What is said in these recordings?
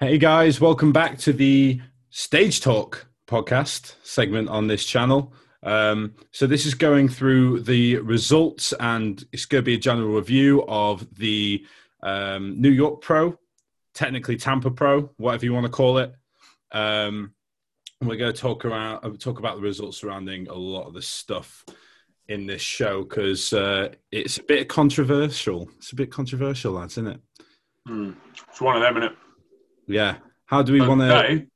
Hey guys, welcome back to the Stage Talk podcast segment on this channel. Um, so this is going through the results, and it's going to be a general review of the um, New York Pro, technically Tampa Pro, whatever you want to call it. Um, and we're going to talk around uh, talk about the results surrounding a lot of the stuff in this show because uh, it's a bit controversial. It's a bit controversial, lads, isn't it? Hmm. It's one of them, innit? Yeah. How do we want to? Okay.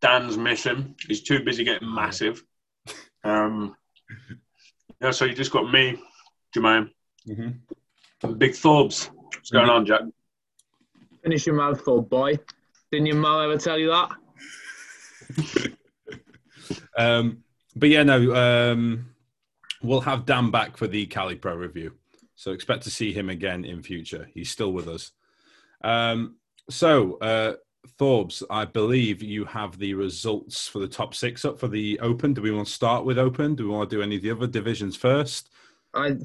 Dan's missing. He's too busy getting massive. Um, yeah, so you just got me, Jermaine, Mm-hmm. and Big Thorbs. What's going on, Jack? Finish your mouthful, boy. Didn't your mum ever tell you that? Um, but yeah, no, um, we'll have Dan back for the Cali Pro review. So expect to see him again in future. He's still with us. Um, so, uh, Thorbs, I believe you have the results for the top six up for the Open. Do we want to start with Open? Do we want to do any of the other divisions first? I,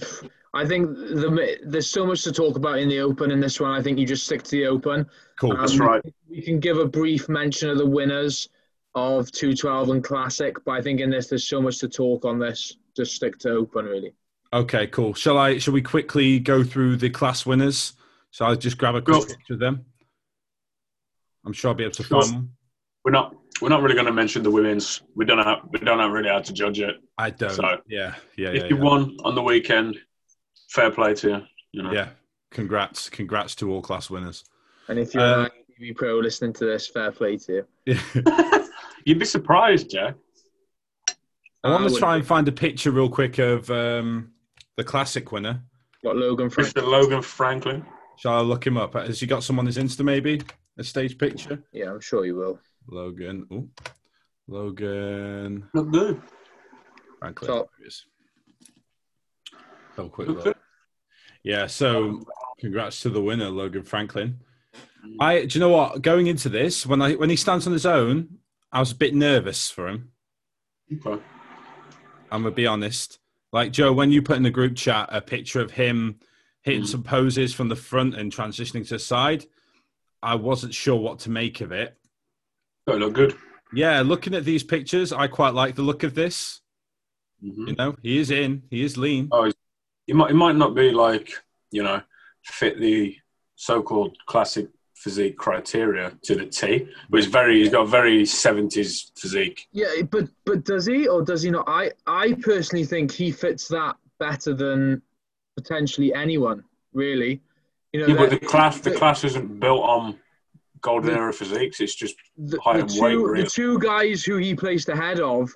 I think the, there's so much to talk about in the Open in this one. I think you just stick to the Open. Cool. That's Um, right. We can give a brief mention of the winners of 212 and Classic, but I think in this there's so much to talk on this. Just stick to Open, really. Okay, cool. Shall I? Shall we quickly go through the class winners? So I'll just grab a quick Go. picture of them. I'm sure I'll be able to Sure. find one. We're not. We're not really going to mention the women's. We don't know. We don't know really how to judge it. I don't. So, yeah, yeah, if yeah. you yeah. won on the weekend, fair play to you. You know. yeah. Congrats, congrats to all class winners. And if you're Uh, an ITV pro listening to this, fair play to you. Yeah. You'd be surprised, Jack. I want to wouldn't try be. and find a picture real quick of um, the classic winner. Got Logan Frank. Mr. Logan Franklin. Shall I look him up? Has he got someone his Insta maybe? A stage picture? Yeah, I'm sure you will. Logan. Ooh. Logan. Look good. Franklin. Top. There he is. Have a quick Look look. good. Yeah, so congrats to the winner, Logan Franklin. I do you know what? Going into this, when I when he stands on his own, I was a bit nervous for him. Okay. I'm gonna be honest. Like Joe, when you put in the group chat a picture of him hitting Mhm. some poses from the front and transitioning to the side, I wasn't sure what to make of it. Got to look good. Yeah, looking at these pictures, I quite like the look of this. Mhm. You know, he is in, he is lean. It might. It might not be like you know, fit the so-called classic physique criteria to the T, but it's very. He's got a very 70s physique. Yeah, but but does he or does he not? I I personally think he fits that better than potentially anyone, really. You know, Yeah, but the- the class. The the- class isn't built on golden Mm. era physiques. It's just the, height the and two weight, really. the two guys who he placed ahead of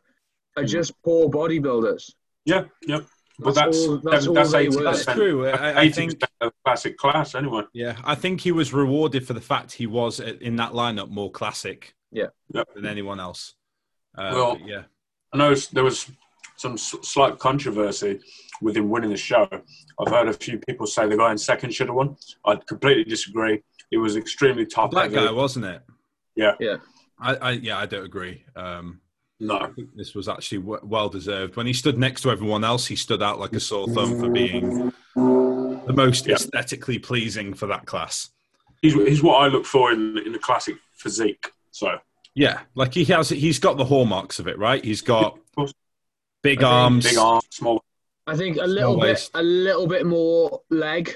are Mm. just poor bodybuilders. yeah, yeah. But That's that's all- that's all that's they eighty were. That's Listen, percent. true. I, I Eighty think percent of classic class, anyway. Yeah, I think he was rewarded for the fact he was uh, in that lineup more classic. Yeah. Yep. Than anyone else. Uh, Well- but yeah. I know s- there was some s- slight controversy with him winning the show. I've heard a few people say the guy in second should have won. I completely disagree. It was extremely top Black heavy. guy, wasn't it? Yeah. Yeah. I, I yeah, I don't agree. Um, No, this was actually w- well deserved. When he stood next to everyone else, he stood out like a sore thumb for being the most Yeah. aesthetically pleasing for that class. he's, he's what I look for in in the classic physique. So Yeah, like he has, he's got the hallmarks of it, right? He's got course. big I think arms, big arms, small. I think a little bit waist. a little bit more leg,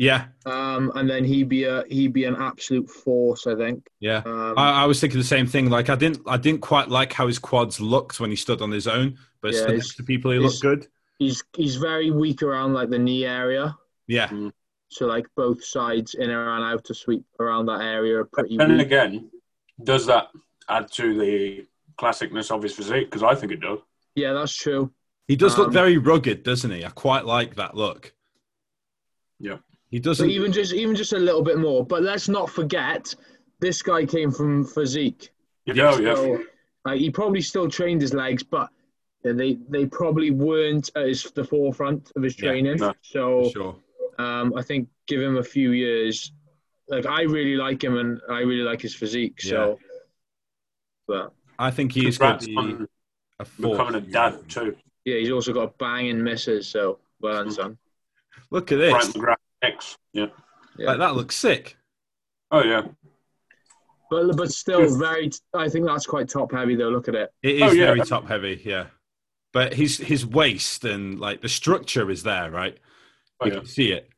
yeah, um, and then he'd be a he'd be an absolute force. I think. yeah. Um, I, I was thinking the same thing. Like I didn't, I didn't quite like how his quads looked when he stood on his own, but Yeah, stood he's- next to people, he looked he's- good. he's he's very weak around like the knee area. Yeah, So like both sides, inner and outer sweep around that area are But pretty then weak. again, does that add to the classicness of his physique? Because I think it does. Yeah, that's true. he does look Um, very rugged, doesn't he? I quite like that look. Yeah. he So doesn't. even just even just a little bit more. But let's not forget, this guy came from physique. Yeah, Oh, yeah. So like, he probably still trained his legs, but they they probably weren't at his, the forefront of his Yeah, training. no, so sure. um, I think give him a few years. Like I really like him and I really like his physique. So, but I think he's going to Congrats be on a force. becoming a dad too. yeah, he's also got banging misses. So well done, son. Look at Frank this. McGrath X. Yeah. Yeah. Like that looks sick. Oh yeah. But but still very. I think that's quite top heavy though. Look at it. It is Oh, yeah. very top heavy, yeah. But his his waist and like the structure is there, right? Oh, you yeah. can see it.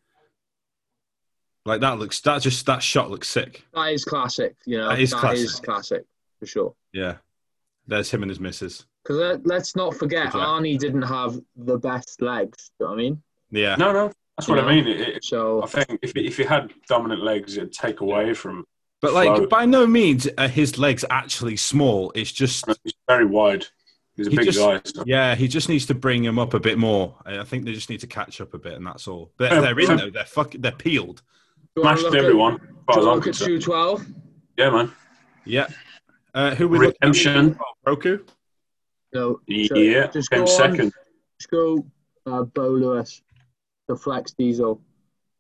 Like that looks that just that shot looks sick. That is classic. You know, That is is classic. classic, for sure. Yeah. There's him and his missus. Because let, let's not forget, Exactly. Arnie didn't have the best legs. Do you know what I mean? Yeah. No, no. That's what I mean. It, it, I So think if if you had dominant legs, it'd take away from. but like Flow. by no means are his legs actually small. It's just He's very wide. He's a He big just- guy. so- yeah, he just needs to bring him up a bit more. I I think they just need to catch up a bit and that's all. But Yeah, they're in so- though, they're fuck, they're peeled. do you wanna Smashed look at- everyone. as far do as you wanna I'm Look at concerned. two twelve. Yeah, man. Yeah. Uh, who we looking at? Redemption. Roku? No. so Yeah. Just go Came on, second. Just go. Uh, Bo Lewis, the Flex Diesel.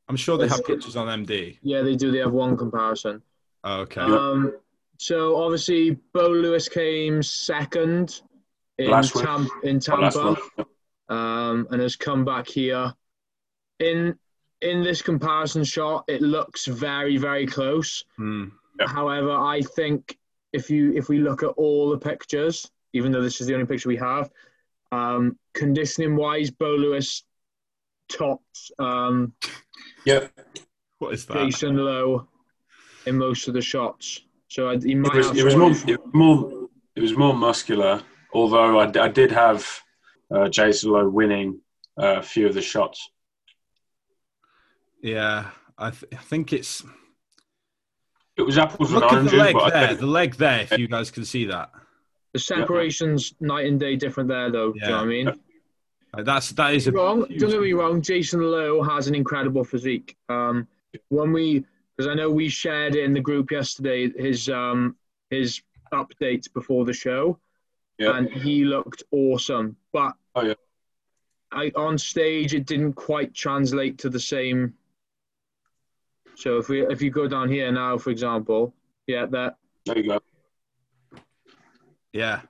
I'm sure they have Let's- pictures on MD. Yeah, they do. They have one comparison. Oh, okay. Um, so obviously, Bo Lewis came second in, Last week. Tam- in Oh, last Tampa one. um, and has come back here. In in this comparison shot, it looks very very close. Hmm. Yeah. However, I think if you if we look at all the pictures, even though this is the only picture we have, um, conditioning wise, Bo Lewis tops um, Yep. What is that? Jason Lowe in most of the shots. So I, he might It was, have it was some- more, it was more, it was more muscular. Although I, d- I did have uh, Jason Lowe winning uh, a few of the shots. Yeah, I, th- I think it's. It was apples Look and at the oranges, leg but I there. think The leg there. If you guys can see that, The separations night and day different there, though. Do you know what I mean? Like, that's that is a Wrong. huge- Don't get me wrong. Jason Lowe has an incredible physique. Um, when we, because I know we shared in the group yesterday his um his updates before the show, Yeah. and he looked awesome. But Oh, yeah. I on stage it didn't quite translate to the same. So if we if you go down here now, for example, yeah, that there you go. Yeah,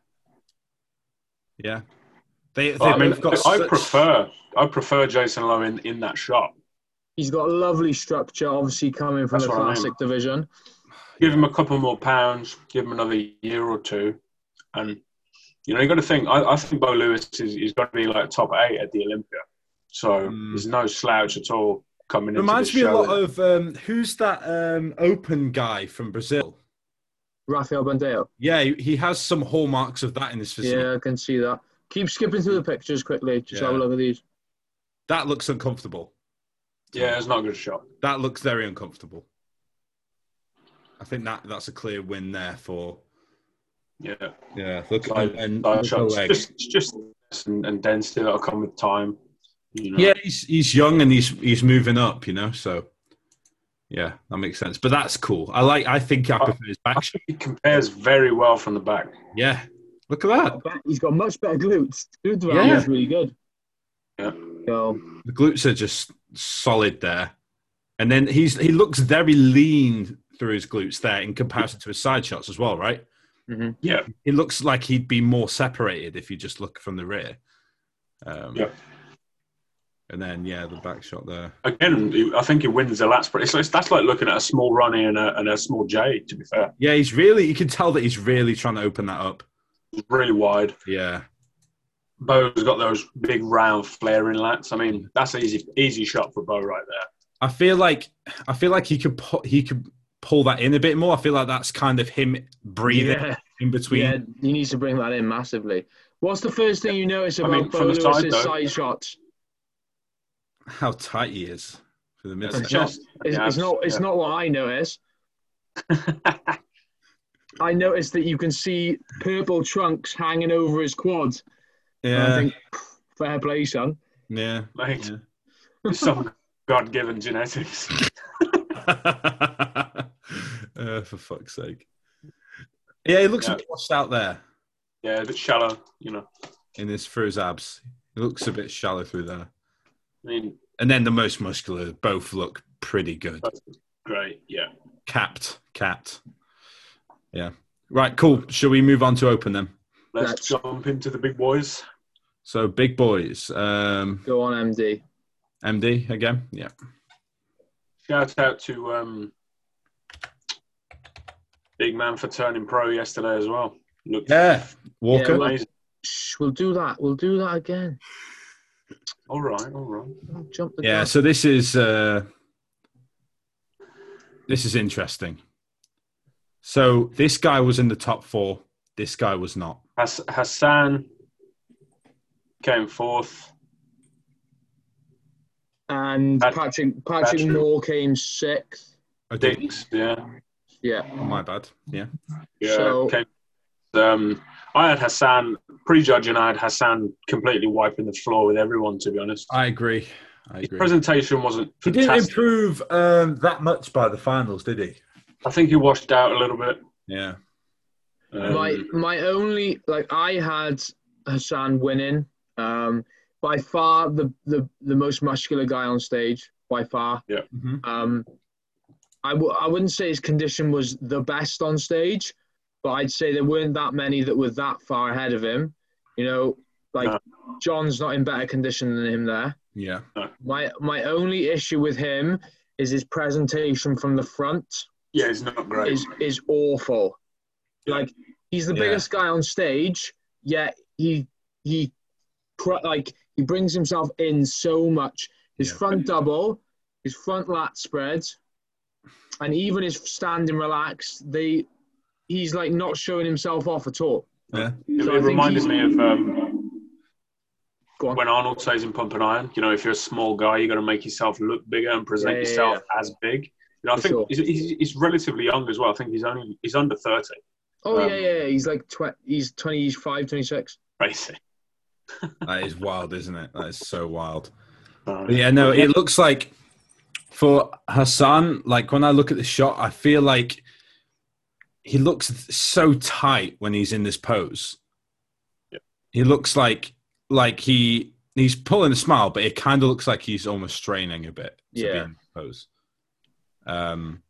yeah. They, they I, mean, both got. I such- prefer I prefer Jason Lowe in, in that shot. he's got lovely structure, obviously coming from That's the what I mean. classic division. Give him a couple more pounds. Give him another year or two, and you know you got to think. I, I think Bo Lewis is, is going to be like top eight at the Olympia, so Mm. there's no slouch at all coming into Reminds this me a show. lot of um, who's that um, open guy from Brazil? Rafael Bandeo. Yeah, he- he has some hallmarks of that in his physique. Yeah, I can see that. Keep skipping through the pictures quickly. Just have a Yeah. look at these. That looks uncomfortable. yeah, it's not a good shot. That looks very uncomfortable. I think that that's a clear win there for. Yeah. Yeah, look Side- and side look at the shots. leg. Just, just and, and density that'll come with time. You know. Yeah, he's he's young and he's he's moving up, you know. So yeah, that makes sense. But that's cool. I like. I think I prefer his back. shot. It compares very well from the back. Yeah, look at that. He's got much better glutes. Glutes around Yeah. is really good. Yeah. So The glutes are just solid there, and then he's he looks very lean through his glutes there in comparison to his side shots as well, right? Yeah. It looks like he'd be more separated if you just look from the rear. Um, Yeah. And then yeah, the back shot there. Again, he- I think he wins the lats, but it's, it's that's like looking at a small Ronnie and a, and a small Jade. To be fair, Yeah, he's really. You can tell that he's really trying to open that up. it's really wide. Yeah. Bo's got those big round flaring lats. I mean, that's an easy easy shot for Bo right there. I feel like I feel like he could pu- he could pull that in a bit more. I feel like that's kind of him breathing yeah, in between. yeah, he needs to bring that in massively. What's the first thing you notice I about mean, Bo from the side, Lewis's though- side shots? How tight he is for the middle. It's Yeah. just It's, Yeah, it's not. It's yeah. not what I notice. I noticed that you can see purple trunks hanging over his quads. And I Yeah, think, fair play, son. yeah. mate, it's some god given genetics. uh, for fuck's sake. Yeah, he looks Yeah. a bit washed out there Yeah, a bit shallow. You know, in his through his abs. He looks a bit shallow through there. I mean, And then the most muscular both look pretty good. great. Yeah. Capped, capped. Yeah. Right. Cool. Shall we move on to open them? Let's Let's- jump into the big boys. So big boys. Um, Go on, MD. MD again. Yeah. Shout out to um, Big man for turning pro yesterday as well. Looked Yeah, Walker. Yeah, well- amazing. Shh, we'll do that. We'll do that again. All right, all right. Don't Jump the Yeah, gun. so this is uh, this is interesting. So this guy was in the top four. This guy was not. Hass- Hassan came fourth. And Pat- Patrick Patrick Patrick. Moore came sixth. Oh, did- Dix, yeah. Yeah. my bad. Yeah. Yeah, So- okay. Um, I had Hassan prejudging. I had Hassan completely wiping the floor with everyone. To be honest, I agree. I his agree. presentation wasn't He didn't fantastic. improve um, that much by the finals, did he? I think he washed out a little bit. Yeah. Um, My my only like I had Hassan winning. Um, by far the, the the most muscular guy on stage. By far. hmm Um, I w- I wouldn't say his condition was the best on stage, but I'd say there weren't that many that were that far ahead of him. You know, like No. John's not in better condition than him there. Yeah. My my only issue with him is his presentation from the front Yeah, it's not great. is is awful. Yeah. Like he's the Yeah. biggest guy on stage, yet he he cr- like he brings himself in so much. His Yeah. front double, his front lat spread, and even his standing relaxed. They he's like not showing himself off at all. Yeah. It, So I it think reminded he's- me of um, Go on. when Arnold says in Pump and Iron, you know, if you're a small guy, you got to make yourself look bigger and present Yeah, yeah, yourself as big. You know, I For think sure. he's, he's, he's relatively young as well. I think he's only he's under thirty, Oh Um, yeah, yeah, yeah. He's like tw- he's 25, 26. basically. That is wild, isn't it? That is so wild. Uh, But yeah, no, it looks like for Hassan, like when I look at the shot, I feel like he looks so tight when he's in this pose. Yeah. He looks like like he he's pulling a smile, but it kind of looks like he's almost straining a bit to be Yeah. in the pose. Um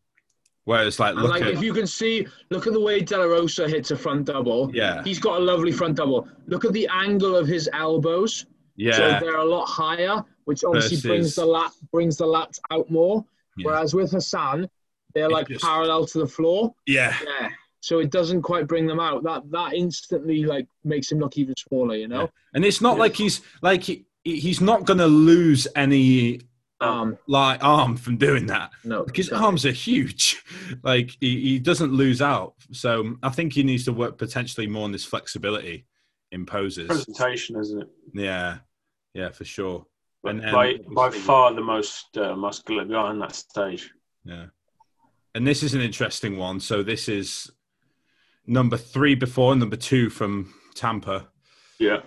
whereas like And look like at if you can see, look at the way De La Rosa hits a front double. yeah. He's got a lovely front double. Look at the angle of his elbows. Yeah. So they're a lot higher, which obviously Versus- brings the lat brings the lats out more. Yeah. Whereas with Hassan, they're It's like just- parallel to the floor. yeah. Yeah. So it doesn't quite bring them out. That that instantly like makes him look even smaller, you know? And it's not Yeah. like he's like he, he- he's not gonna lose any Um like arm from doing that. no. Like, His no. arms are huge. Like he, he doesn't lose out. So I think he needs to work potentially more on this flexibility in poses. presentation, isn't it? Yeah. Yeah, for sure. And then- by by far the most uh, muscular guy on that stage. Yeah. And this is an interesting one. So this is number three before number two from Tampa. Yeah,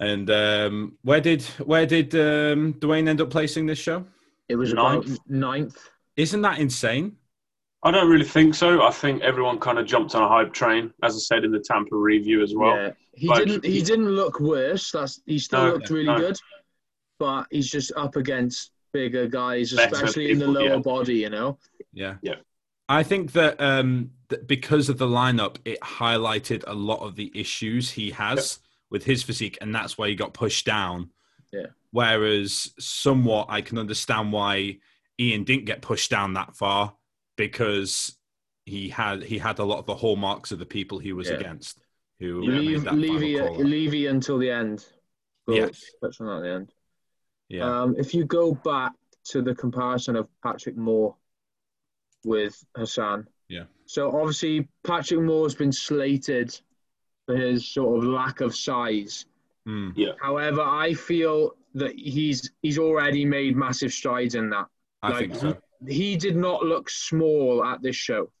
And um, where did where did um, Dwayne end up placing this show? It was Ninth. about ninth. Isn't that insane? I don't really think so. I think everyone kind of jumped on a hype train, as I said in the Tampa review as well. yeah. He like- didn't he didn't look worse. That's he still No, looked really no. good. But he's just up against bigger guys, Better especially in the people, lower yeah. body, you know. Yeah. Yeah. I think that um, that because of the lineup, it highlighted a lot of the issues he has with his physique, and that's why he got pushed down. Yeah. Whereas, somewhat, I can understand why Ian didn't get pushed down that far because he had he had a lot of the hallmarks of the people he was Yeah. against. Who made Leave that Levy, final call. Levy until the end. But Yes. That's not the end. Yeah. Um, if you go back to the comparison of Patrick Moore with Hassan. Yeah. So obviously Patrick Moore's been slated for his sort of lack of size. Mm. However, I feel that he's he's already made massive strides in that. I Like- think so. He did not look small at this show.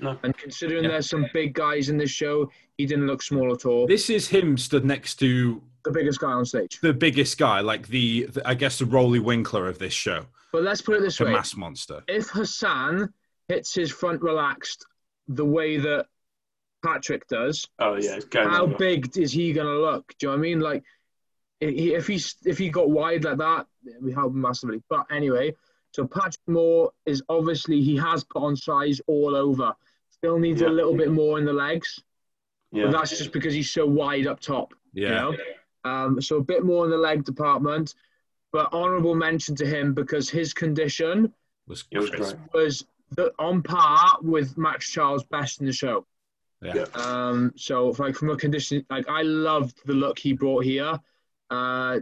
No. And considering Yeah. there's some big guys in this show, he didn't look small at all. This is him stood next to the biggest guy on stage. the biggest guy, like the, the I guess the Rolly Winkler of this show. But let's put it this to way. mass monster. if Hassan hits his front relaxed the way that Patrick does, Oh yeah, it's going how over. big is he gonna look? Do you know what I mean? Like, i- he- if he's if he got wide like that, it would help him massively. But anyway, so Patrick Moore is obviously he has put on size all over. Still needs Yeah. a little bit more in the legs, Yeah. but that's just because he's so wide up top. Yeah. You know? Um, so a bit more in the leg department, but honourable mention to him because his condition Was It was crazy. great. was the- on par with Max Charles, best in the show. Yeah. Um, so like from a condition, like I loved the look he brought here. Uh,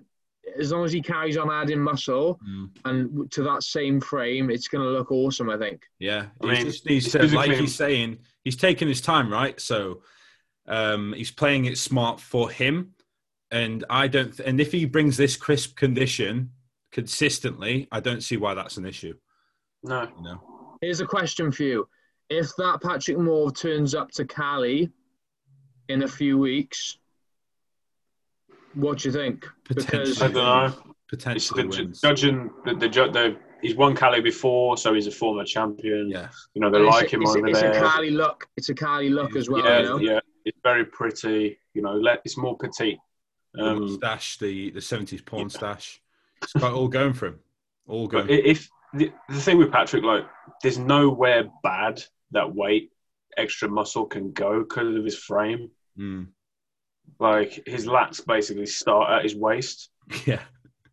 as long as he carries on adding muscle Mm. and w- to that same frame, it's going to look awesome. I think. Yeah, I he mean, just needs to, physically- like he's saying, he's taking his time, right? So um, he's playing it smart for him, and I don't. Th- and if he brings this crisp condition consistently, I don't see why that's an issue. No. You know? Here's a question for you: If that Patrick Moore turns up to Cali in a few weeks, what do you think? Because I don't know. It's Potentially the, ju- wins. judging the, the, ju- the he's won Cali before, so he's a former champion. Yeah, You know they it's, like him it's, over it's there. a Cali look. It's a Cali look as well. yeah, you know? yeah. It's very pretty. You know, let, it's more petite. the Um, stash, the the seventies porn yeah. stash. It's got all going for him. All but going. i- if the, the thing with Patrick, like, there's nowhere bad that weight, extra muscle can go because of his frame. Mm. Like his lats basically start at his waist, Yeah,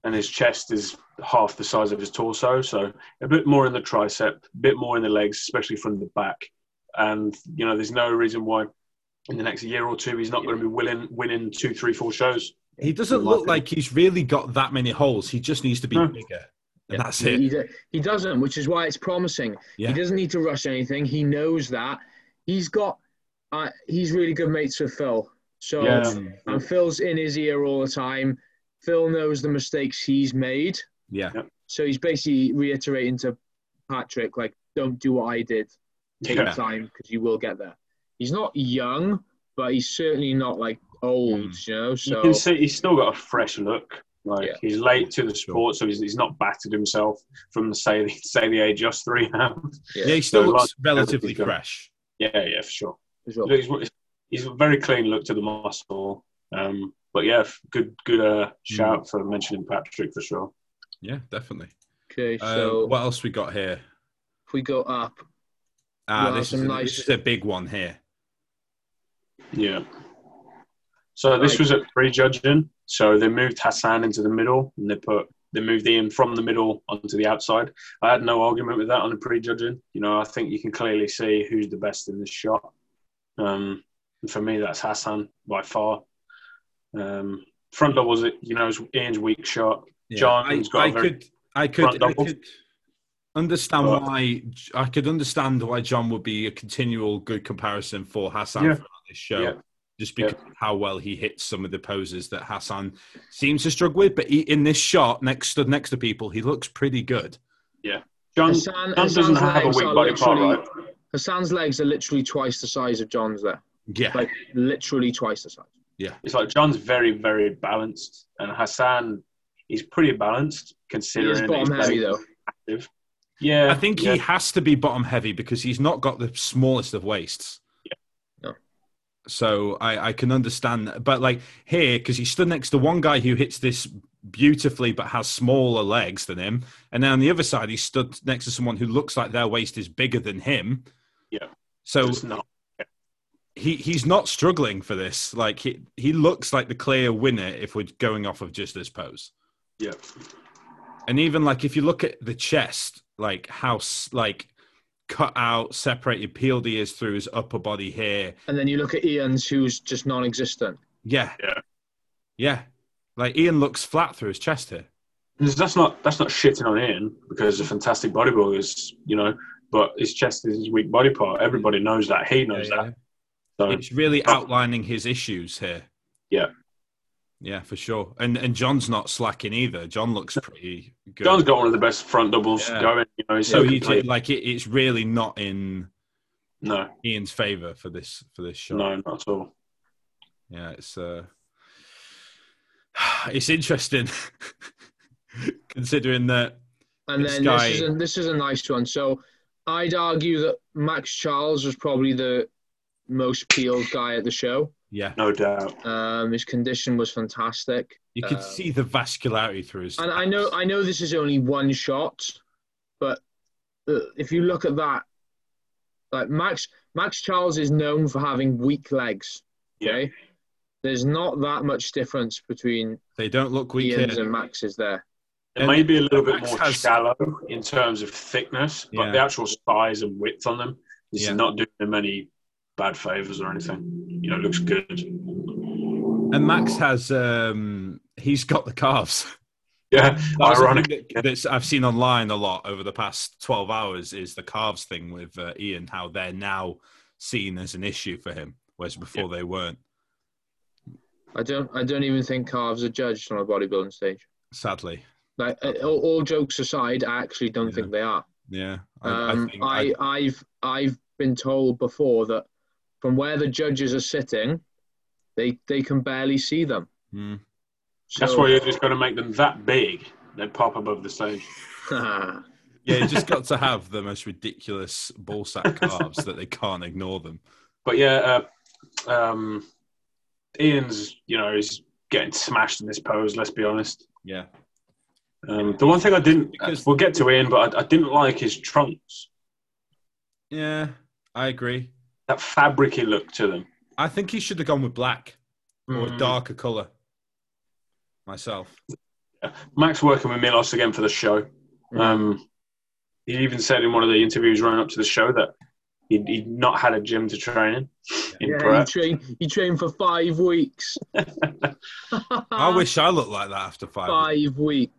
and his chest is half the size of his torso. So a bit more in the tricep, a bit more in the legs, especially from the back. And you know, there's no reason why in the next year or two he's not going to be willing, winning two, three, four shows. he doesn't look like he's really got that many holes. He just needs to be No. bigger, and that's He- it. He, do- he doesn't, which is why it's promising. Yeah. He doesn't need to rush anything. He knows that. He's got. Uh, he's really good mates with Phil. So Yeah. Um, and Phil's in his ear all the time. Phil knows the mistakes he's made. yeah, So he's basically reiterating to Patrick, like, don't do what I did. Take Yeah. time because you will get there. He's not young, but he's certainly not like old, Mm. you know. You So can see he's still got a fresh look. Like Yeah. he's late to the sport, so he's, he's not battered himself from say the, say the age of three. yeah. Yeah. He still So, like, looks relatively everything's going. fresh. yeah, yeah, for sure. as well. He's, he's a very clean look to the muscle. Um, but yeah, good good uh, shout for mentioning Patrick for sure. Yeah, definitely. okay, Uh, so what else we got here? if we go up, Ah, Well, this, is some a, nice- this is a big one here. Yeah. So this Right. was at prejudging. So they moved Hassan into the middle, and they put they moved Ian from the middle onto the outside. I had no argument with that on the prejudging. You know, I think you can clearly see who's the best in this shot. Um, and for me, that's Hassan by far. Um, front doubles, it you know, is Ian's weak shot. Yeah. John's I, got a I very could, I front could, I double. could understand But- why. I could understand why John would be a continual good comparison for Hassan Yeah. throughout this show, Yeah. just because of how well he hits some of the poses that Hassan seems to struggle with. But he, in this shot, next stood next to people, he looks pretty good. John, John Hassan, doesn't Hassan's have a legs weak are body part, literally- right? Hassan's legs are literally twice the size of John's there. Yeah, Like literally twice the size. It's like John's very, very balanced, and Hassan is pretty balanced He considering is that bottom he's heavy very though. active. Yeah, I think yeah. he has to be bottom heavy because he's not got the smallest of waists. No. So I, I can understand that. But like here, because he stood next to one guy who hits this beautifully but has smaller legs than him. And then on the other side, he stood next to someone who looks like their waist is bigger than him. Yeah. So It's not. he, he's not struggling for this. Like he, he looks like the clear winner if we're going off of just this pose. Yeah, and even like if you look at the chest like how s- like cut out separated peeled ears through his upper body here And then you look at Ian's, who's just non-existent. yeah Yeah. yeah like ian looks flat through his chest here that's not that's not shitting on Ian because he's a fantastic bodybuilder, is, you know. But his chest is his weak body part. Everybody knows that. He knows that. So it's really outlining his issues here Yeah. yeah for sure and and john's not slacking either john looks pretty good John's got one of the best front doubles Yeah. going. You know, he's so so he complete. did, like it, it's really not in No, ian's favor for this for this shot no, not at all. yeah it's uh it's interesting considering that And This then guy- this is a, this is a nice one. So I'd argue that Max Charles was probably the most peeled guy at the show. yeah No doubt. Um, his condition was fantastic, you could Um, see the vascularity through his and I know I know this is only one shot, but uh, if you look at that, like Max Max Charles is known for having weak legs. Yeah. Okay, there's not that much difference between they don't look weak Ian's here and Max's there. There may be a little bit Max more has- shallow in terms of thickness, but Yeah. the actual size and width on them is Yeah. not doing them any bad favors or anything. You know, it looks good. And Max has um, he's got the calves. Yeah, That's the ironic. thing that- that's I've seen online a lot over the past 12 hours is the calves thing with uh, Ian, how they're now seen as an issue for him, whereas before they weren't, I don't. I don't even think calves are judged on a bodybuilding stage. sadly. Like uh, all, all jokes aside, I actually don't think they are. Yeah. I, Um, I think I, I, I, have I've been told before that from where the judges are sitting, they they can barely see them. Hmm. So, That's why you're just going to make them that big. They pop above the stage. yeah, you just got to have the most ridiculous ball sack calves that they can't ignore them. But yeah, uh, um, Ian's, you know, is getting smashed in this pose, let's be honest. Yeah. Um, the one thing I didn't, Because- we'll get to Ian, but I, I didn't like his trunks. Yeah, I agree. That fabricy look to them. I think he should have gone with black or a Mm. darker colour myself. Max working with Milos again for the show. Um, he even said in one of the interviews running up to the show that he'd, he'd not had a gym to train in. in yeah, you Perth. train you train for five weeks. I Um, wish I looked like that after five. five weeks.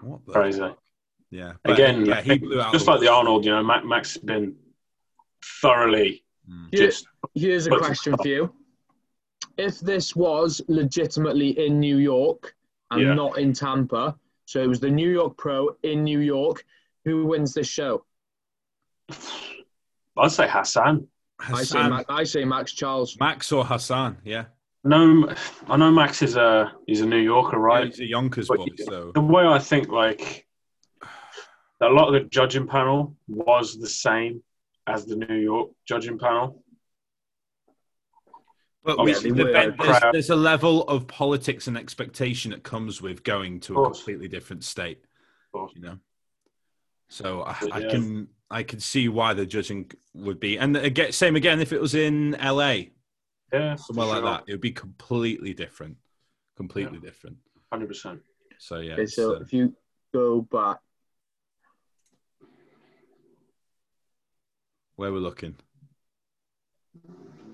What the? Crazy. Yeah. but, Again, yeah, he blew out just the like the Arnold, you know, Max, Max has been thoroughly Mm. Here- just. here's a But- question for you: If this was legitimately in New York and Yeah. not in Tampa, so it was the New York Pro in New York, who wins this show? I'd say Hassan. I say, Hassan- Ma- I say Max Charles. Max or Hassan, yeah. No, I know Max is a he's a New Yorker, right? He's a Yonkers But boy, you- so The way I think, like a lot of the judging panel was the same as the New York judging panel. but Oh, we, yeah, they the- were. there's, there's a level of politics and expectation that comes with going to Of a course. completely different state. course. You know, so I, But I yeah. can I can see why the judging would be, and again, same again if it was in LA Yeah, somewhere like that, it would be completely different, completely different. Hundred percent. So yeah, Okay, it's, so uh, if you go back, where we're looking,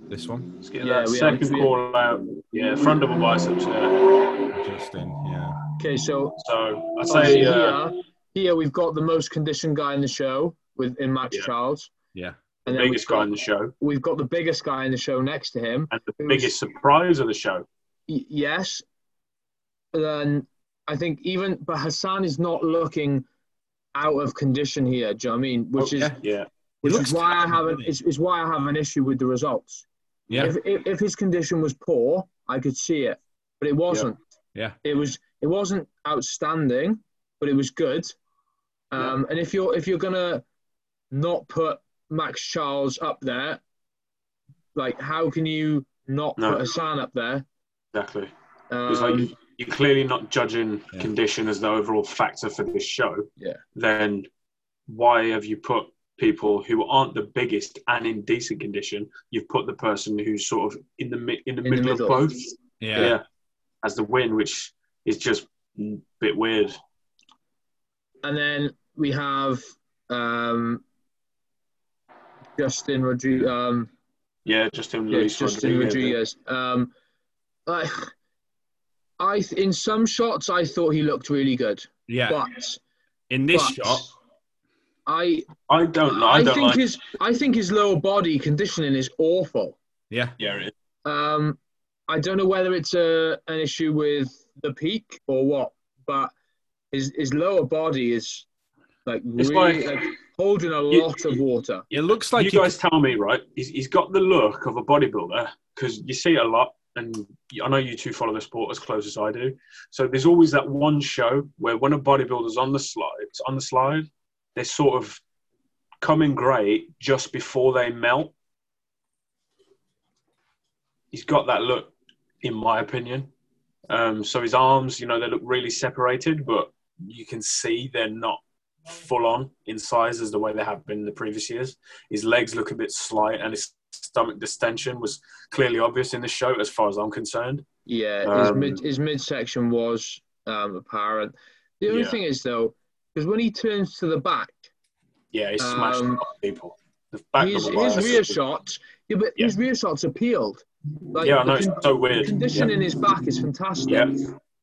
this one, Let's get Yeah, that we are- second we- call out. Yeah, front double biceps. Yeah. Justin, yeah, okay, so So Oh, I'd say uh, here, here we've got the most conditioned guy in the show with in Max Yeah. Charles, yeah, and then biggest we've guy got, in the show we've got the biggest guy in the show next to him. and the Who's- biggest surprise of the show. Y- yes, then I think even but Hassan is not looking out of condition here. Do you know what I mean? Which is Oh, yeah. Yeah, which looks is why I tired, have an doesn't he? is, is why I have an issue with the results. yeah, If, if if his condition was poor, I could see it, but it wasn't. yeah. it was it wasn't outstanding, but it was good. Um, And if you're if you're gonna not put Max Charles up there, like how can you not No. put Hassan up there? exactly. Um, It's like you're clearly not judging Yeah. condition as the overall factor for this show. Yeah. Then why have you put people who aren't the biggest and in decent condition? You've put the person who's sort of in the mi- in the, the middle, middle. of both. yeah. As the win, which is just a bit weird. and then we have um, Justin Rodriguez. Um, Yeah, Justin yeah, Luis Justin Rodriguez. Rodriguez. Um, I, I in some shots I thought he looked really good, Yeah, but in this but shot, I I don't know. I, don't think like. his I think his lower body conditioning is awful. yeah, yeah, it- Um, I don't know whether it's a an issue with the peak or what, but his his lower body is like It's really like- like, holding a You- lot of water. it looks like he you guys tell me, right? He's, he's got the look of a bodybuilder because you see it a lot, and I know you two follow the sport as close as I do. So there's always that one show where when a bodybuilder's on the slides, on the slide, they sort of come in great just before they melt. He's got that look, in my opinion. Um, so his arms, you know, they look really separated, but you can see they're not full on in size as the way they have been the previous years. His legs look a bit slight, and his stomach distension was clearly obvious in the show, as far as I'm concerned. Yeah, his Um, mid his midsection was um, apparent. The only Yeah. thing is though, because when he turns to the back, Yeah, he's smashed Um, a lot of people. The back his, of the his wires- rear shots, yeah, but his rear shots appealed. Like, yeah, I know the it's con- so the weird. condition in his back is fantastic. Yeah,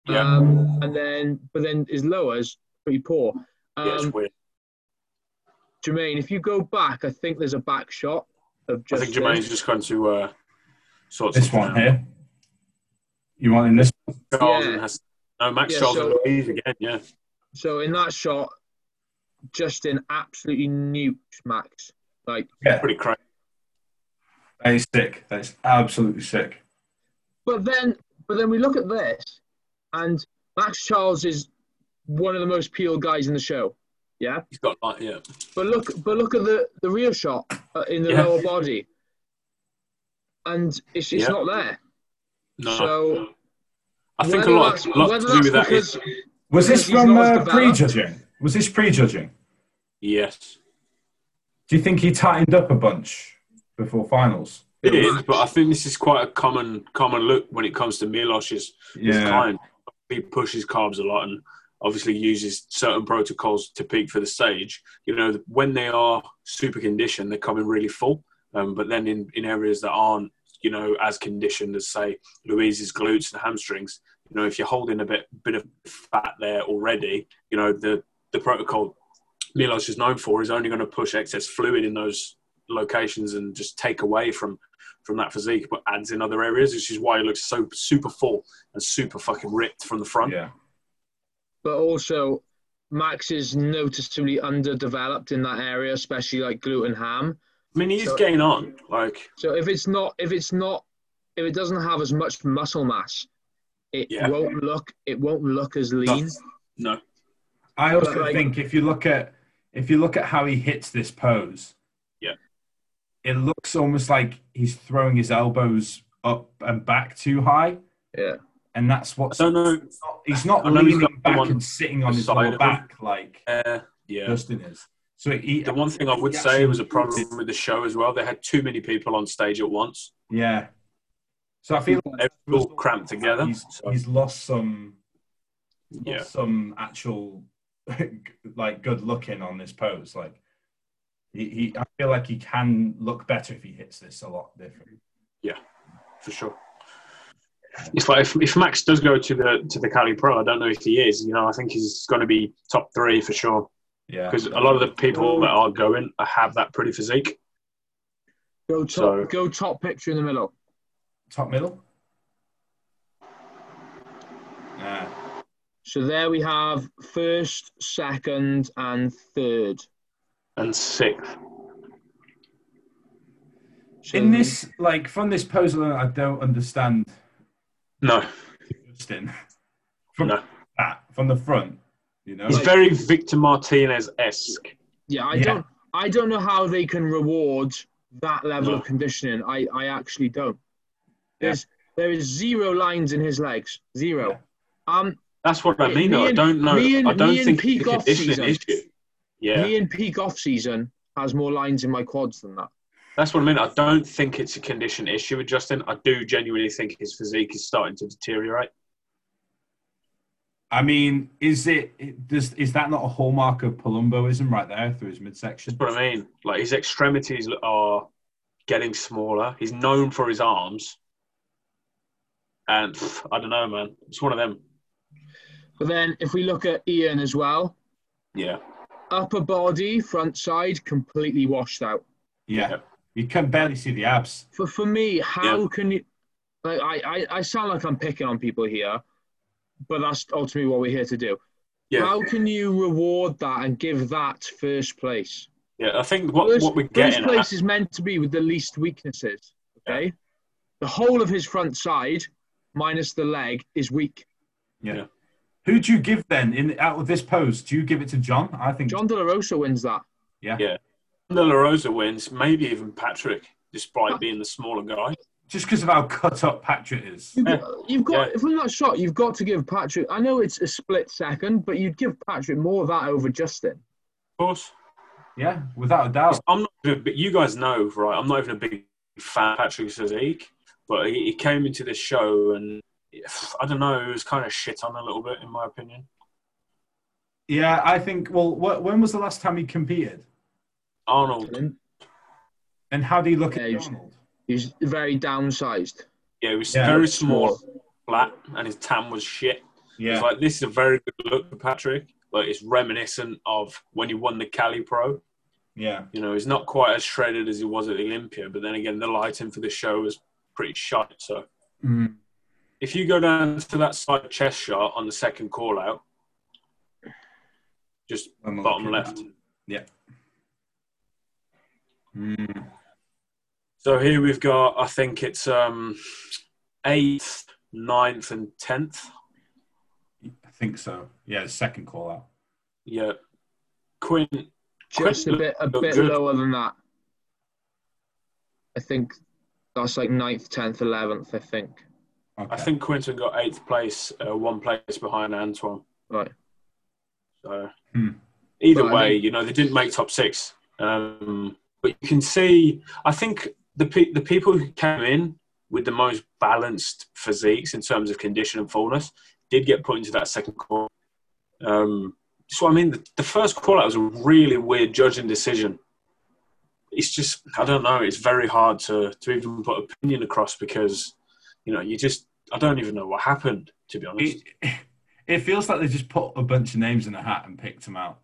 yeah, Um, and then, but then his lower is pretty poor. yeah, it's Um, weird. Jermaine, if you go back, I think there's a back shot of I just. think Jermaine's just going to uh, sort This something one out. here. You want in this? Charles Yeah. and has no Max Yeah, Charles so- and Louise again. Yeah, So in that shot, Justin absolutely nukes Max. Like, Yeah, pretty crazy. that is sick. That is absolutely sick. but then, but then we look at this, and Max Charles is one of the most peeled guys in the show. Yeah, He's got like yeah, but look, but look at the the rear shot uh, in the Yeah. lower body, and it's it's Yeah. not there. no. So- I think a Whether lot, that's- a lot to whether do with that's that is because- Was this He's from not as uh, developed. prejudging? Was this prejudging? yes, Do you think he tightened up a bunch before finals? it Yeah. is. But I think this is quite a common common look when it comes to Milos's his Yeah, kind. He pushes carbs a lot and obviously uses certain protocols to peak for the stage. You know, when they are super conditioned, they're coming really full. Um, but then in, in areas that aren't, you know, as conditioned as say Louise's glutes and hamstrings, you know, if you're holding a bit bit of fat there already, you know, the the protocol Milos is known for is only going to push excess fluid in those locations and just take away from from that physique, but adds in other areas, which is why he looks so super full and super fucking ripped from the front. yeah. but also Max is noticeably underdeveloped in that area, especially like gluten ham. I mean, he's So- getting on. Like, So if it's not, if it's not, if it doesn't have as much muscle mass, it Yeah. won't look, it won't look as lean. no, I also Like- think if you look at if you look at how he hits this pose, Yeah. it looks almost like he's throwing his elbows up and back too high, Yeah, and that's what I don't know. he's not I know he's leaning got the back one and sitting on his side of lower him. back like Uh, yeah. Justin is. So he, The one thing I would he say was a actually- problem with the show as well. They had too many people on stage at once. Yeah. So I feel like Everyone all cramped together. He's, So, he's lost some lost yeah. some actual like good looking on this pose. Like he, he, I feel like he can look better if he hits this a lot different. for sure. It's like if, if Max does go to the to the Cali Pro, I don't know if he is. You know, I think he's going to be top three for sure Yeah, because a lot of the people that are going have that pretty physique. go top, So- go top picture in the middle. top middle. Yeah, So there we have first, second, and third. And sixth, So in this like from this pose alone, I don't understand no, Justin from no, that from the front. You know, he's very Victor Martinez esque. yeah, I Yeah. don't, I don't know how they can reward that level No. of conditioning. I, I actually don't. Yeah. There's, there is zero lines in his legs, zero. Um, That's what I Me mean. though. I and- don't know. me and- I don't me and think it's a Pete off conditioning season. issue. Yeah, me in peak off season has more lines in my quads than that. That's what I mean. I don't think it's a condition issue with Justin. I do genuinely think his physique is starting to deteriorate. I mean, is it does is that not a hallmark of Palumboism right there through his midsection? That's what I mean. Like his extremities are getting smaller. He's known for his arms, and pff, I don't know, man. It's one of them. But then if we look at Ian as well, Yeah, upper body, front side, completely washed out. Yeah, you can barely see the abs. For for me, how Yeah. can you like I, I, I sound like I'm picking on people here, but that's ultimately what we're here to do. yeah, How can you reward that and give that first place? yeah. I think what first, what we're first getting place at, is meant to be with the least weaknesses. Okay. The whole of his front side, minus the leg, is weak. Yeah. Yeah. Who do you give then in out of this pose? Do you give it to John? I think John De La Rosa wins that. De La Rosa wins, maybe even Patrick, despite being the smaller guy. just because of how cut up Patrick is. You've Yeah. got, you've got from that shot, you've got to give Patrick. I know it's a split second, but you'd give Patrick more of that over Justin. Of course. Yeah, without a doubt. I'm not, even a big- you guys know, right? I'm not even a big fan of Patrick Sazek, but he, he came into this show and I don't know, it was kind of shit on a little bit, in my opinion. Yeah, I think. Well, wh- when was the last time he competed, Arnold, and how do you look Yeah, at he's- Donald? He's very downsized. yeah, he was Yeah. very small, flat, and his tan was shit. It's Yeah, like, this is a very good look for Patrick. Like, it's reminiscent of when he won the Cali Pro. yeah, You know, he's not quite as shredded as he was at Olympia, but then again, the lighting for the show was pretty shite. So Mm, if you go down to that side chest shot on the second call out, just I'm not bottom looking at left. that. Mm, So here we've got, I think it's um, eighth, ninth, and tenth. I think so. Yeah, his second call out. Yeah, Quinn. Just a Quick, bit a look bit good. lower than that. I think that's like 9th, 10th, 11th, I think. Okay. I think Quinton got eighth place, uh, one place behind Antoine. Right. So Hmm. either But I way, mean- you know they didn't make top six. Um, but you can see, I think the pe- the people who came in with the most balanced physiques in terms of condition and fullness did get put into that second call. Um, so I mean, the, the first call out was a really weird judging decision. It's just I don't know. It's very hard to to even put opinion across because you know you just I don't even know what happened to be honest. it, it feels like they just put a bunch of names in a hat and picked them out.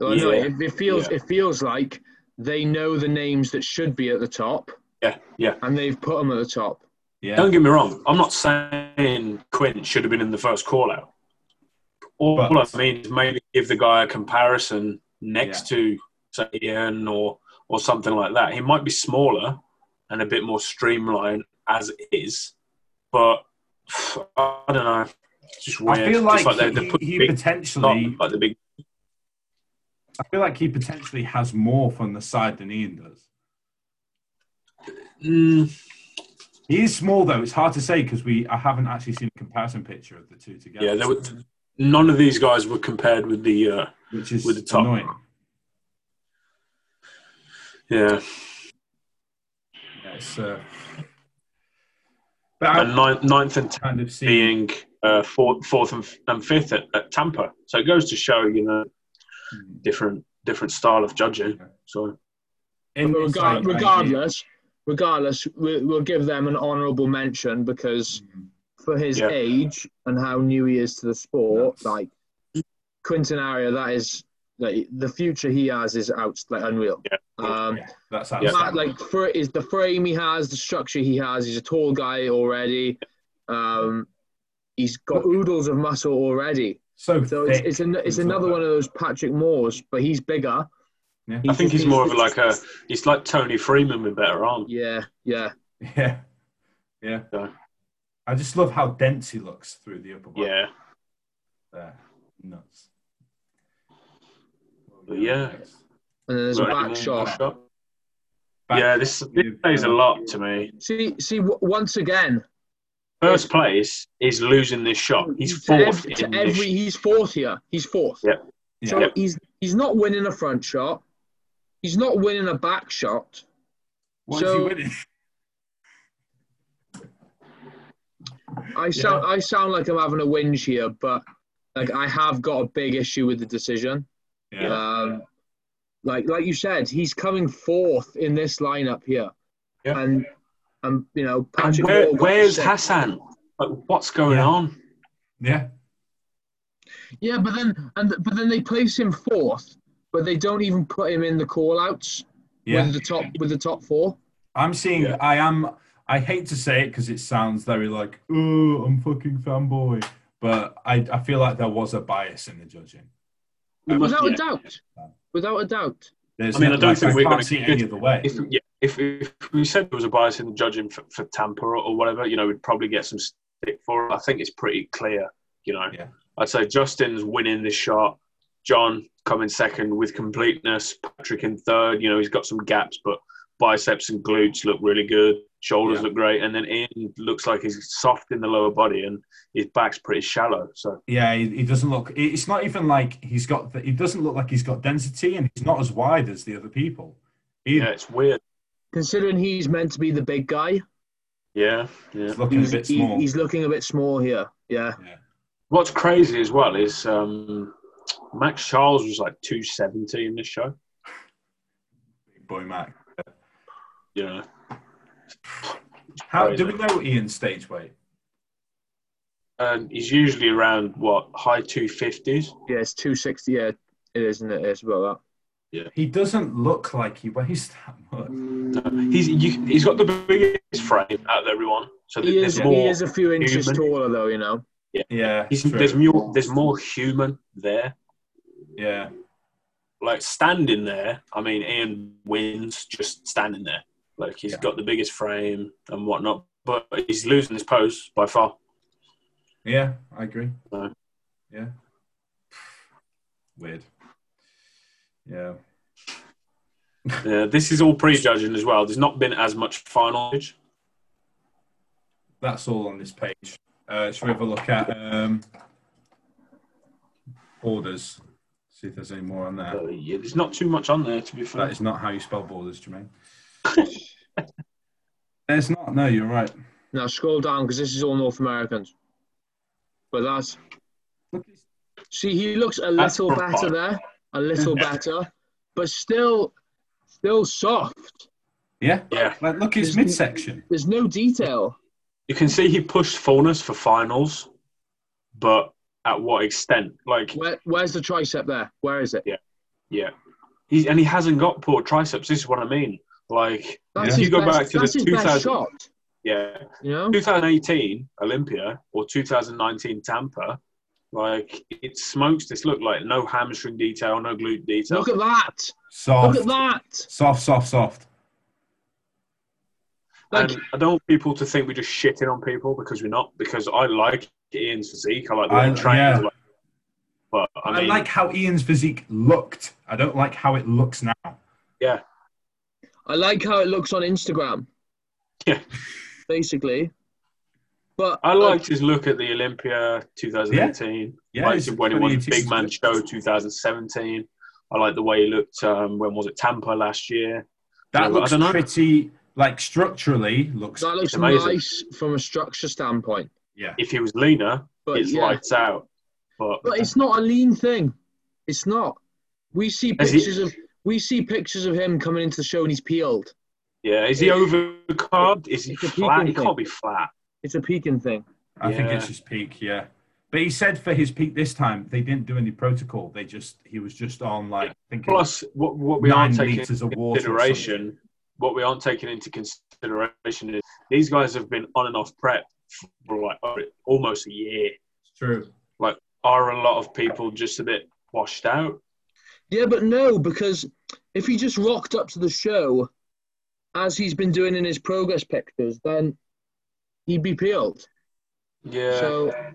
Well, no, Yeah. it, it feels Yeah. it feels like they know the names that should be at the top yeah, yeah. and they've put them at the top. Yeah, Don't get me wrong. I'm not saying Quinn should have been in the first call out. All But- I mean is maybe give the guy a comparison next to, say, Ian or, or something like that. He might be smaller and a bit more streamlined as it is, but I don't know. It's just weird. I feel It's like, they're- he, they're putting he big- potentially, not like the big. I feel like he potentially has more from the side than Ian does. Mm, He is small though. It's hard to say because we I haven't actually seen a comparison picture of the two together. yeah, there were, none of these guys were compared with the. Uh, which is with the top. annoying. yeah, Yeah, it's, uh, but and I ninth, ninth and kind of see. being uh, fourth, fourth and, f- and fifth at, at Tampa. So it goes to show, you know, different different style of judging. So in- But it's regard, like- regardless, regardless, we, we'll give them an honourable mention because for his Yeah. age and how new he is to the sport, Nuts. like Quinton Aria, that is like, the future he has is out like unreal. Yeah. Um, yeah, that's Yeah. Matt, outstanding. like for is the frame he has, the structure he has. He's a tall guy already. Um, he's got oodles of muscle already. so, So it's thick. it's, an, it's He's not another bad. one of those Patrick Moores, but he's bigger. Yeah. I think just- he's more of like a he's like Tony Freeman with better arm. yeah, yeah. Yeah, yeah. Yeah. I just love how dense he looks through the upper body. Yeah, there. Nuts. But yeah. And then there's a Right, back more shot. shot. Back- yeah. This this plays a lot to me. See, see, w- once again, First place is losing this shot. Oh, He's to, ev- fourth to in this. every. He's fourth here. He's fourth. Yeah. Yeah. So he's he's not winning a front shot. He's not winning a back shot. What is so- he winning? I sound I sound like I'm having a whinge here, but like I have got a big issue with the decision. Yeah. Um, like like you said, he's coming fourth in this lineup here, Yeah. and and you know And Patrick where, Moore got where's sixth. Hassan? Like, what's going Yeah. on? Yeah. Yeah, but then and but then they place him fourth, but they don't even put him in the call-outs Yeah. with the top with the top four. I'm seeing. Yeah. I am. I hate to say it because it sounds very like, oh, I'm fucking fanboy. But I, I feel like there was a bias in the judging. Without Yeah. a doubt. Without a doubt. There's I mean, no- I don't like, think we're can't gonna see get- it any other way. if, yeah, if, if we said there was a bias in judging for, for Tampa or, or whatever, you know, we'd probably get some stick for it. I think it's pretty clear, you know. Yeah. I'd say Justin's winning this shot. John coming second with completeness. Patrick in third. You know, he's got some gaps, but biceps and glutes look really good. Shoulders Yeah. look great. And then Ian looks like he's soft in the lower body and his back's pretty shallow. So, Yeah, he, he doesn't look. it- It's not even like he's got. The, he doesn't look like he's got density, and he's not as wide as the other people. Either. yeah, it's weird. Considering he's meant to be the big guy, Yeah, yeah. He's looking he's, a bit he- small. he's looking a bit small here. Yeah. What's crazy as well is um, Max Charles was like 270 in this show. Big boy Mac. You know, How Crazy. do we know Ian's stage weight? um, he's usually around what high 250s. Yeah, it's 260. Yeah, it is, isn't it? It's about He doesn't look like he weighs that much. Mm. that. He's you, he's got the biggest frame out of everyone. So He there's is, more. he is a few inches human. taller, though, you know. Yeah, he's- true. there's more. There's more human there. yeah, like standing there, I mean, Ian wins just standing there. Like he's Yeah. got the biggest frame and whatnot, but he's losing his pose by far. yeah. I agree. No. Yeah. Weird. Yeah. Yeah, this is all prejudging as well. There's not been as much final. judge. that's all on this page. Uh, should we have a look at um, borders? See if there's any more on there. Uh, yeah, there's not too much on there to be fair. That is not how you spell borders, Jermaine. There's not. No, you're right. Now scroll down because this is all North Americans. But that's see, he looks a That's little proper. better there, a little better, but still, still soft. Yeah. yeah, Like, look, it's midsection. There's no detail. you can see he pushed fullness for finals, but at what extent? Like, Where, where's the tricep there? Where is it? yeah, he and he hasn't got poor triceps. This is what I mean. Like, That's if his you go best, back to the that's his best 2000, shot. yeah, You know, 2018 Olympia or 2019 Tampa, like it smokes this look like no hamstring detail, no glute detail. look at that. Look Soft. at that. Soft, soft, soft. Like and I don't want people to think we're just shitting on people because we're not. Because I like Ian's physique. I like the way I- he trains. yeah. like- But I I mean, like how Ian's physique looked. I don't like how it looks now. I like how it looks on Instagram. Yeah. Basically. But I liked his look at the Olympia 2018. Yeah, liked it's him when he won the 2018. Big Man Show 2017. I like the way he looked. Um, when was it Tampa last year? That I looks don't know. pretty. Like structurally, looks. that looks amazing. nice from a structure standpoint. Yeah. If he was leaner, But it's yeah. lights out. But But it's not a lean thing. It's not. We see Has he- pictures of we see pictures of him coming into the show and he's peeled. Yeah, is he overcarved? Is he It's a flat? peaking He thing. can't be flat. It's a peaking thing. I think Yeah. it's his peak, yeah. But he said for his peak this time, they didn't do any protocol. They just he was just on like I think it was Plus, what what we nine aren't taking liters into of water. or consideration, what we aren't taking into consideration is these guys have been on and off prep for like oh, almost a year. something. It's true. Are a lot of people just a bit washed out? Yeah, but no, because if he just rocked up to the show as he's been doing in his progress pictures, then he'd be peeled. Yeah, So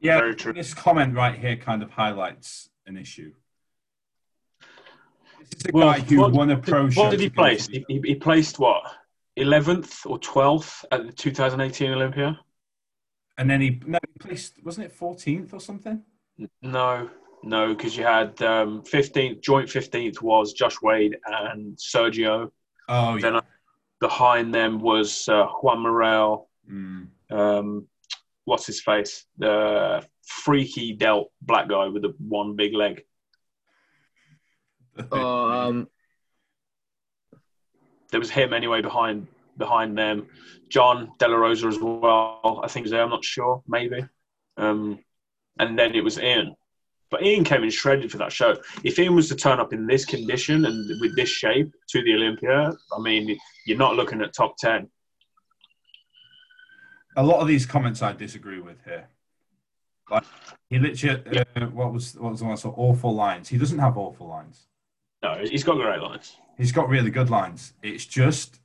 Yeah, very true. this comment right here kind of highlights an issue. This is a Well, guy who what- won a pro show. What did he to go to place? the- He, he he placed what? 11th or 12th at the 2018 Olympia? and then he no, he placed wasn't it fourteenth or something? No, no, because you had um, 15th, joint 15th was Josh Wade and Sergio. Oh yeah. Then behind them was uh, Juan Morel, Mm. um, what's his face, the freaky delt black guy with the one big leg. Hmm. uh, um, There was him anyway behind behind them. John De La Rosa as well. I think he was there. I'm not sure. Maybe. Um, and then it was Ian. But Ian came in shredded for that show. If Ian was to turn up in this condition and with this shape to the Olympia, I mean, you're not looking at top ten. a lot of these comments I disagree with here. Like he literally, uh, what was what was the one? I saw? awful lines. He doesn't have awful lines. No, he's got great lines. He's got really good lines. It's just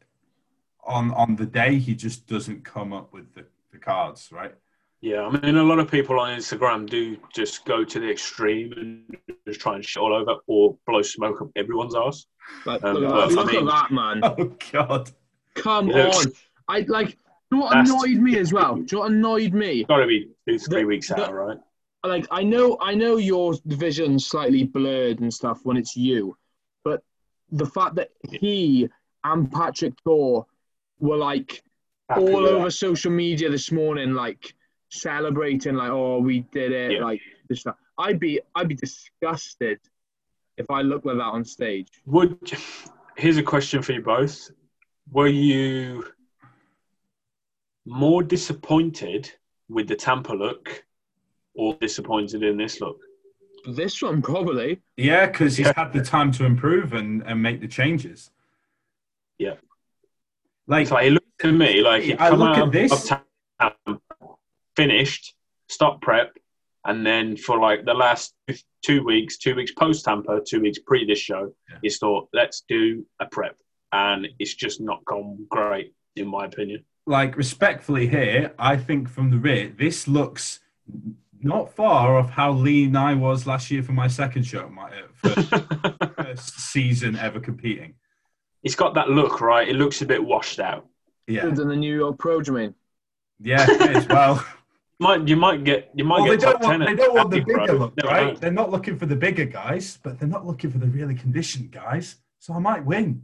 on on the day he just doesn't come up with the, the cards, right? Yeah, I mean, a lot of people on Instagram do just go to the extreme and just try and shit all over or blow smoke up everyone's ass. like, Um, look at, uh, that. Look I mean- at that man. Oh God! Come It looks- on. I like do you know what That's- annoyed me as well? Do you know what annoyed me? Got to be two, three The- weeks the- out, right? Like I know I know your vision's slightly blurred and stuff when it's you, but the fact that he and Patrick Thor were like Happy uh, all with over that. social media this morning, like celebrating, like, oh we did it, Yeah. like this that. I'd be I'd be disgusted if I looked like that on stage. Would here's a question for you both: Were you more disappointed with the Tampa look, or disappointed in this look? This one probably. Yeah, because he's had the time to improve and, and make the changes. Yeah. Like, It's like it looked to me like he'd I come look at out this- of Tampa, finished, stopped prep, and then for like the last two weeks, two weeks post Tampa, two weeks pre this show, Yeah. he's thought let's do a prep, and it's just not gone great in my opinion. like respectfully here, I think from the rear, this looks not far off how lean I was last year for my second show, my uh, first, first season ever competing. it's got that look, right? It looks a bit washed out. Hmm. Yeah, Than the New York Pro, do you mean? yeah, it is. Well, Might you might get you might well Oh, they get top don't ten. want, at they don't want the Happy Pro. bigger look, Never right? mind. They're not looking for the bigger guys, but they're not looking for the really conditioned guys. So I might win.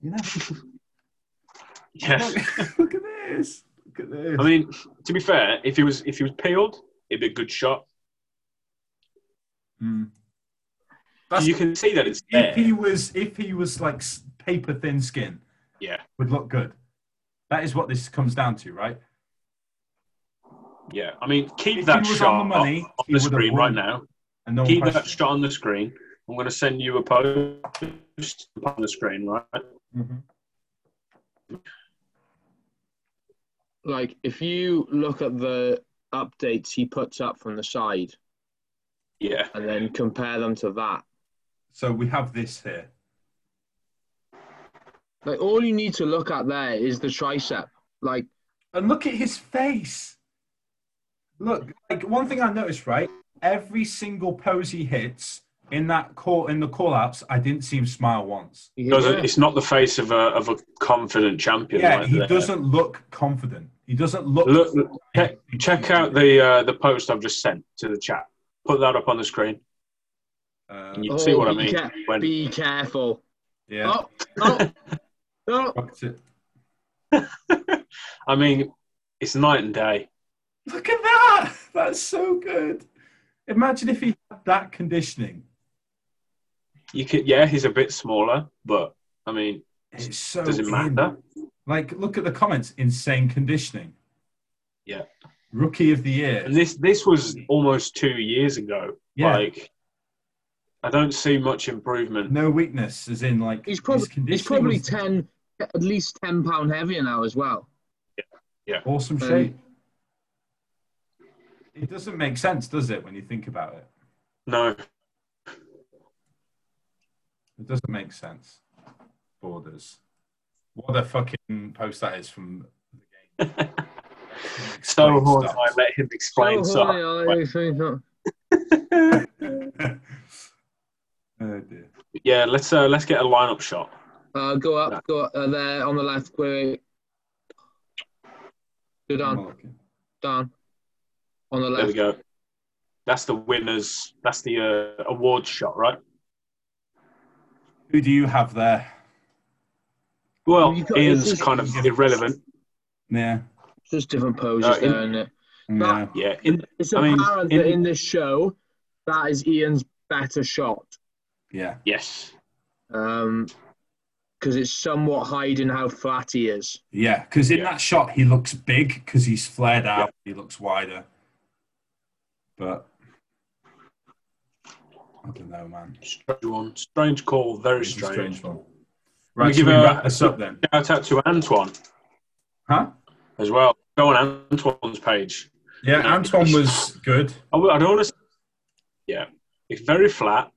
You know, Yeah. look, look at this. Look at this. I mean, to be fair, if he was if he was peeled, it'd be a good shot. Mm. That's- you can see that it's there. if he was, if he was like paper thin skin, Yeah, would look good. That is what this comes down to, right? yeah. I mean, keep If that he was shot on the money, up on the he would have screen won. right now. And no one keep that questions. shot on the screen. I'm going to send you a post on the screen, right? Mhm. Like if you look at the updates he puts up from the side Yeah. and then compare them to that. So we have this here. Like all you need to look at there is the tricep. Like And look at his face. Look, like one thing I noticed, right? Every single pose he hits in that call in the call outs, I didn't see him smile once. yeah, Doesn't, It's not the face of a of a confident champion. Yeah, right he there. doesn't look confident. He doesn't look, Look, check, check out the uh, the post I've just sent to the chat. Put that up on the screen. Uh, You see what I be mean? care- when- be careful. yeah. Oh, oh, oh. fucked it. I mean, it's night and day. Look at that! That's so good. Imagine if he had that conditioning. You could, yeah, he's a bit smaller, but I mean, It's so Does it in. matter? Like, look at the comments. Insane conditioning. Yeah. Rookie of the year. and this this was almost two years ago. Yeah. Like, I don't see much improvement. no weakness, as in like He's his probably he's conditioning probably was ten at least ten pound heavier now as well. awesome um, shape. It doesn't make sense, does it, when you think about it? No, It doesn't make sense. Borders. What a fucking post that is from the game. so horny. Stuff. I let him explain. So So, horny, I Right. think so. oh dear. yeah, let's uh, let's get a lineup shot. Uh, go Nah. up, go up, uh, there on the left. Wait, wait. Go down, Malkin. down. On the Mm. There we left. go. That's the winners. That's the uh, award shot, right? Who do you have there? Well, You got- this Ian's is- kind of irrelevant. Yeah. Just different poses Uh, in- there, isn't it? Yeah. Yeah, in, It's I mean, apparent that in- in this show, that is Ian's better shot. Yeah. yes, Um, because it's somewhat hiding how flat he is. Yeah, because in Yeah. that shot he looks big because he's flared out. He looks wider. But I don't know, man. strange one, strange call, very It's a strange. strange one. We Right, give should we a- wrap this up then? Shout out to Antoine Huh? as well. Go on Antoine's page. Yeah, No. Anton was good. I w- I don't want to. Yeah, it's very flat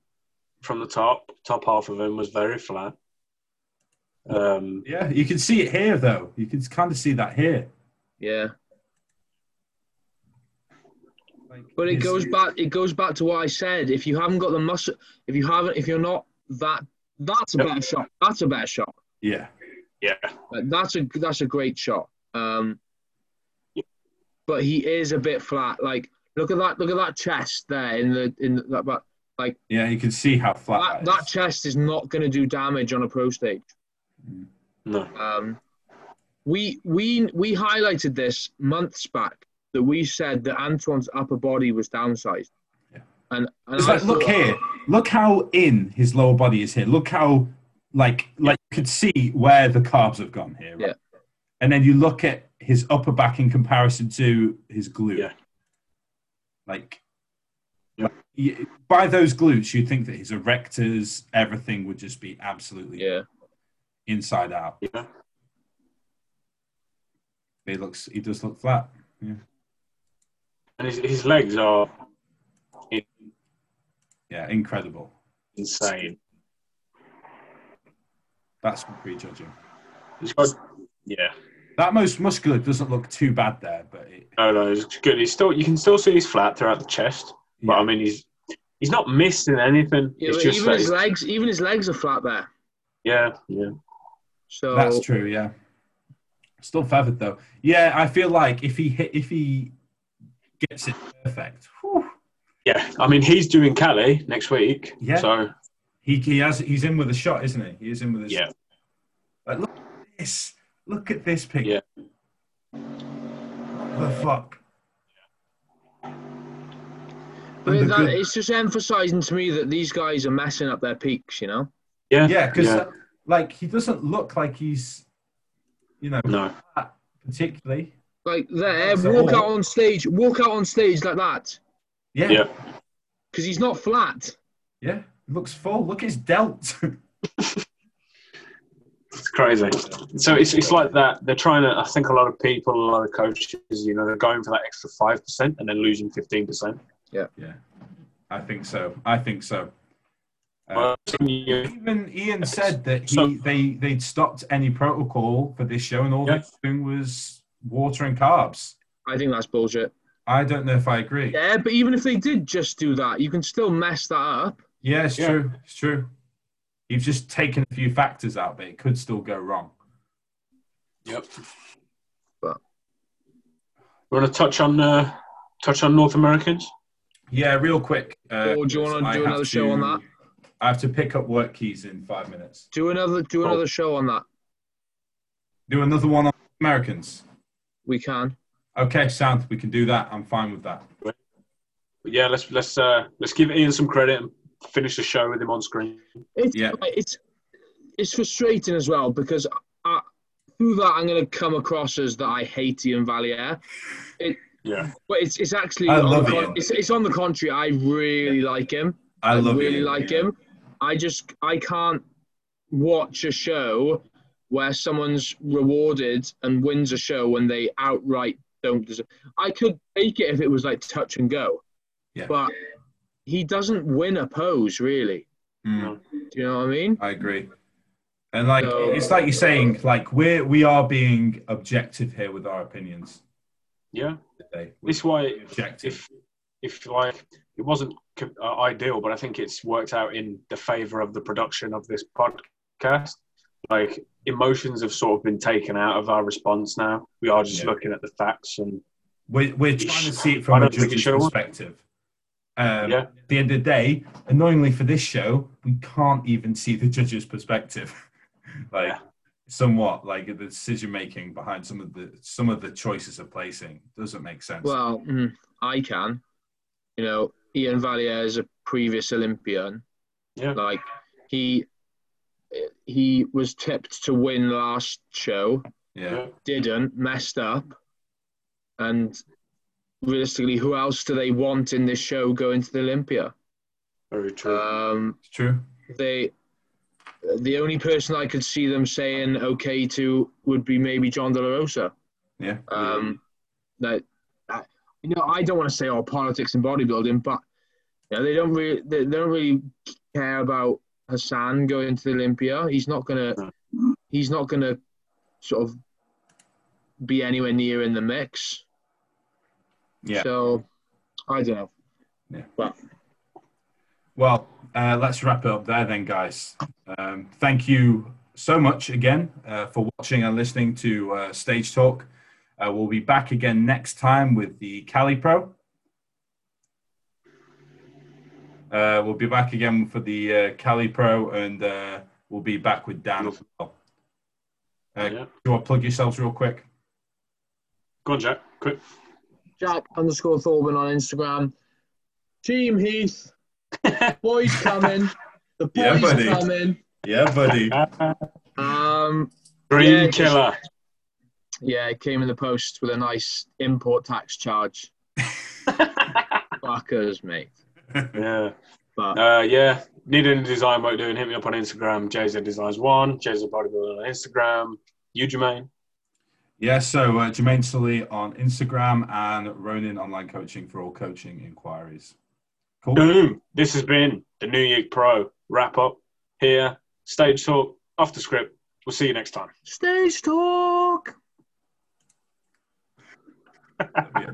from the top. Top half of him was very flat. Um, Yeah, you can see it here though. You can kind of see that here. Yeah. Like, But it his- goes back. It goes back to what I said. If you haven't got the muscle, if you haven't, if you're not that, that's a Yep. better shot. That's a better shot. Yeah, yeah, Like, that's a that's a great shot. Um, but he is a bit flat. Like look at that. Look at that chest there in the in the, that. But yeah, you can see how flat that, that, that is. chest is not going to do damage on a pro stage. no, Um, we we we highlighted this months back that we said that Antoine's upper body was downsized. Yeah. And, and It's I like, look thought- here, look how in his lower body is here. Look how, like, like you could see where the carbs have gone here. Yeah. And then you look at his upper back in comparison to his glute. Yeah. Like, Yeah. y- by those glutes, you'd think that his erectors, everything would just be absolutely Yeah. inside out. Yeah. He looks, he does look flat. And his, his legs are Yeah, incredible. insane. That's prejudging. He's got, yeah, That most muscular doesn't look too bad there, but it, no, no, it's good. He's still, you can still see he's flat throughout the chest, but Yeah. I mean, he's he's not missing anything. Yeah, it's but just even that his he's- legs, even his legs are flat there. yeah, yeah, So That's true, yeah. Still feathered though. Yeah, I feel like if he hit, if he gets it perfect, whew, yeah. I mean, he's doing Cali next week, Yeah. so he he has he's in with a shot, isn't he? He is in with a yeah, shot. Like, look at this. Look at this picture. What the fuck? But And the that, good- it's just emphasizing to me that these guys are messing up their peaks, you know? yeah, yeah, because like he doesn't look like he's, you know, no, particularly. Like there, So- walk out on stage, walk out on stage like that, Yeah, yeah. Yeah. because he's not flat. Looks full. Look at his delt. it's crazy. So it's it's like that. They're trying to. I think a lot of people, a lot of coaches, you know, they're going for that extra five percent and then losing fifteen percent. yeah, I think so. I think so. Uh, Well, yeah, Even Ian said that he So- they they'd stopped any protocol for this show, and all Yeah. they were doing was water and carbs. I think that's bullshit. I don't know if I agree. Yeah, Yeah, but even if they did just do that, you can still mess that up. it's Yeah. true. It's true. You've just taken a few factors out, but it could still go wrong. Yep. But- You want to touch on uh, touch on North Americans? Yeah, real quick. Uh, Or do you wanna because I do have another show on that? I have to pick up work keys in five minutes. Do another, do Oh. Cool. another show on that. Do another one on Americans. We can. Okay, sound. We can do that. I'm fine with that. But yeah, let's let's uh, let's give Ian some credit and finish the show with him on screen. It's Yeah. it's it's frustrating as well because I, through that I'm going to come across as that I hate Ian Valier, Yeah, but it's it's actually I on the love con- Ian. it's it's on the contrary. I really like him. I love really Ian. like him. I just I can't watch a show where someone's rewarded and wins a show when they outright don't deserve. I could take it if it was like touch and go, Yeah. but he doesn't win a pose really. Mm. Do you know what I mean? I agree. And like So- it's like you're saying, like we're we are being objective here with our opinions yeah. today. We're This way, being objective. if if like it wasn't co- uh, ideal, but I think it's worked out in the favor of the production of this podcast. Like emotions have sort of been taken out of our response now. We are just Yeah. looking at the facts and We're, we're trying to see it from I a don't think it judge's should have won. perspective. Um, Yeah. At the end of the day, annoyingly for this show, we can't even see the judge's perspective. like Yeah. somewhat like the decision making behind some of the some of the choices of placing doesn't make sense. Well, mm, I can. You know, Ian Valier is a previous Olympian. Yeah. Like he he was tipped to win last show, yeah. didn't, messed up. And realistically, who else do they want in this show going to the Olympia? very true. Um, It's true. they the only person I could see them saying okay to would be maybe John De La Rosa. Yeah. Um, that, that- you know, I don't want to say all politics and bodybuilding, but you know, they don't really they, they don't really care about Hassan going to the Olympia. He's not gonna he's not gonna sort of be anywhere near in the mix. Yeah. So I don't know. Well, uh, let's wrap it up there then, guys. Um, thank you so much again uh, for watching and listening to uh, Stage Talk. Uh, we'll be back again next time with the Cali Pro. Uh, we'll be back again for the uh, Cali Pro, and uh, we'll be back with Dan as well. Uh, yeah. Do you want to plug yourselves real quick? Go on, Jack. Quick. Jack underscore Thorburn on Instagram, Team Heath, boys coming. The Yeah, boys buddy. are coming. Yeah, buddy. Um, Dream Yeah, killer. yeah, it came in the post with a nice import tax charge. Fuckers, mate. yeah. But Uh, yeah. Need any design work doing? Hit me up on Instagram. JZ Designs One. JZ Bodybuilder on Instagram. You, Jermaine. Yeah, so uh, Jermaine Sully on Instagram and Ronin Online Coaching for all coaching inquiries. Cool. Boom. This has been the New Year Pro wrap up here. Stage talk off the script. We'll see you next time. stage talk.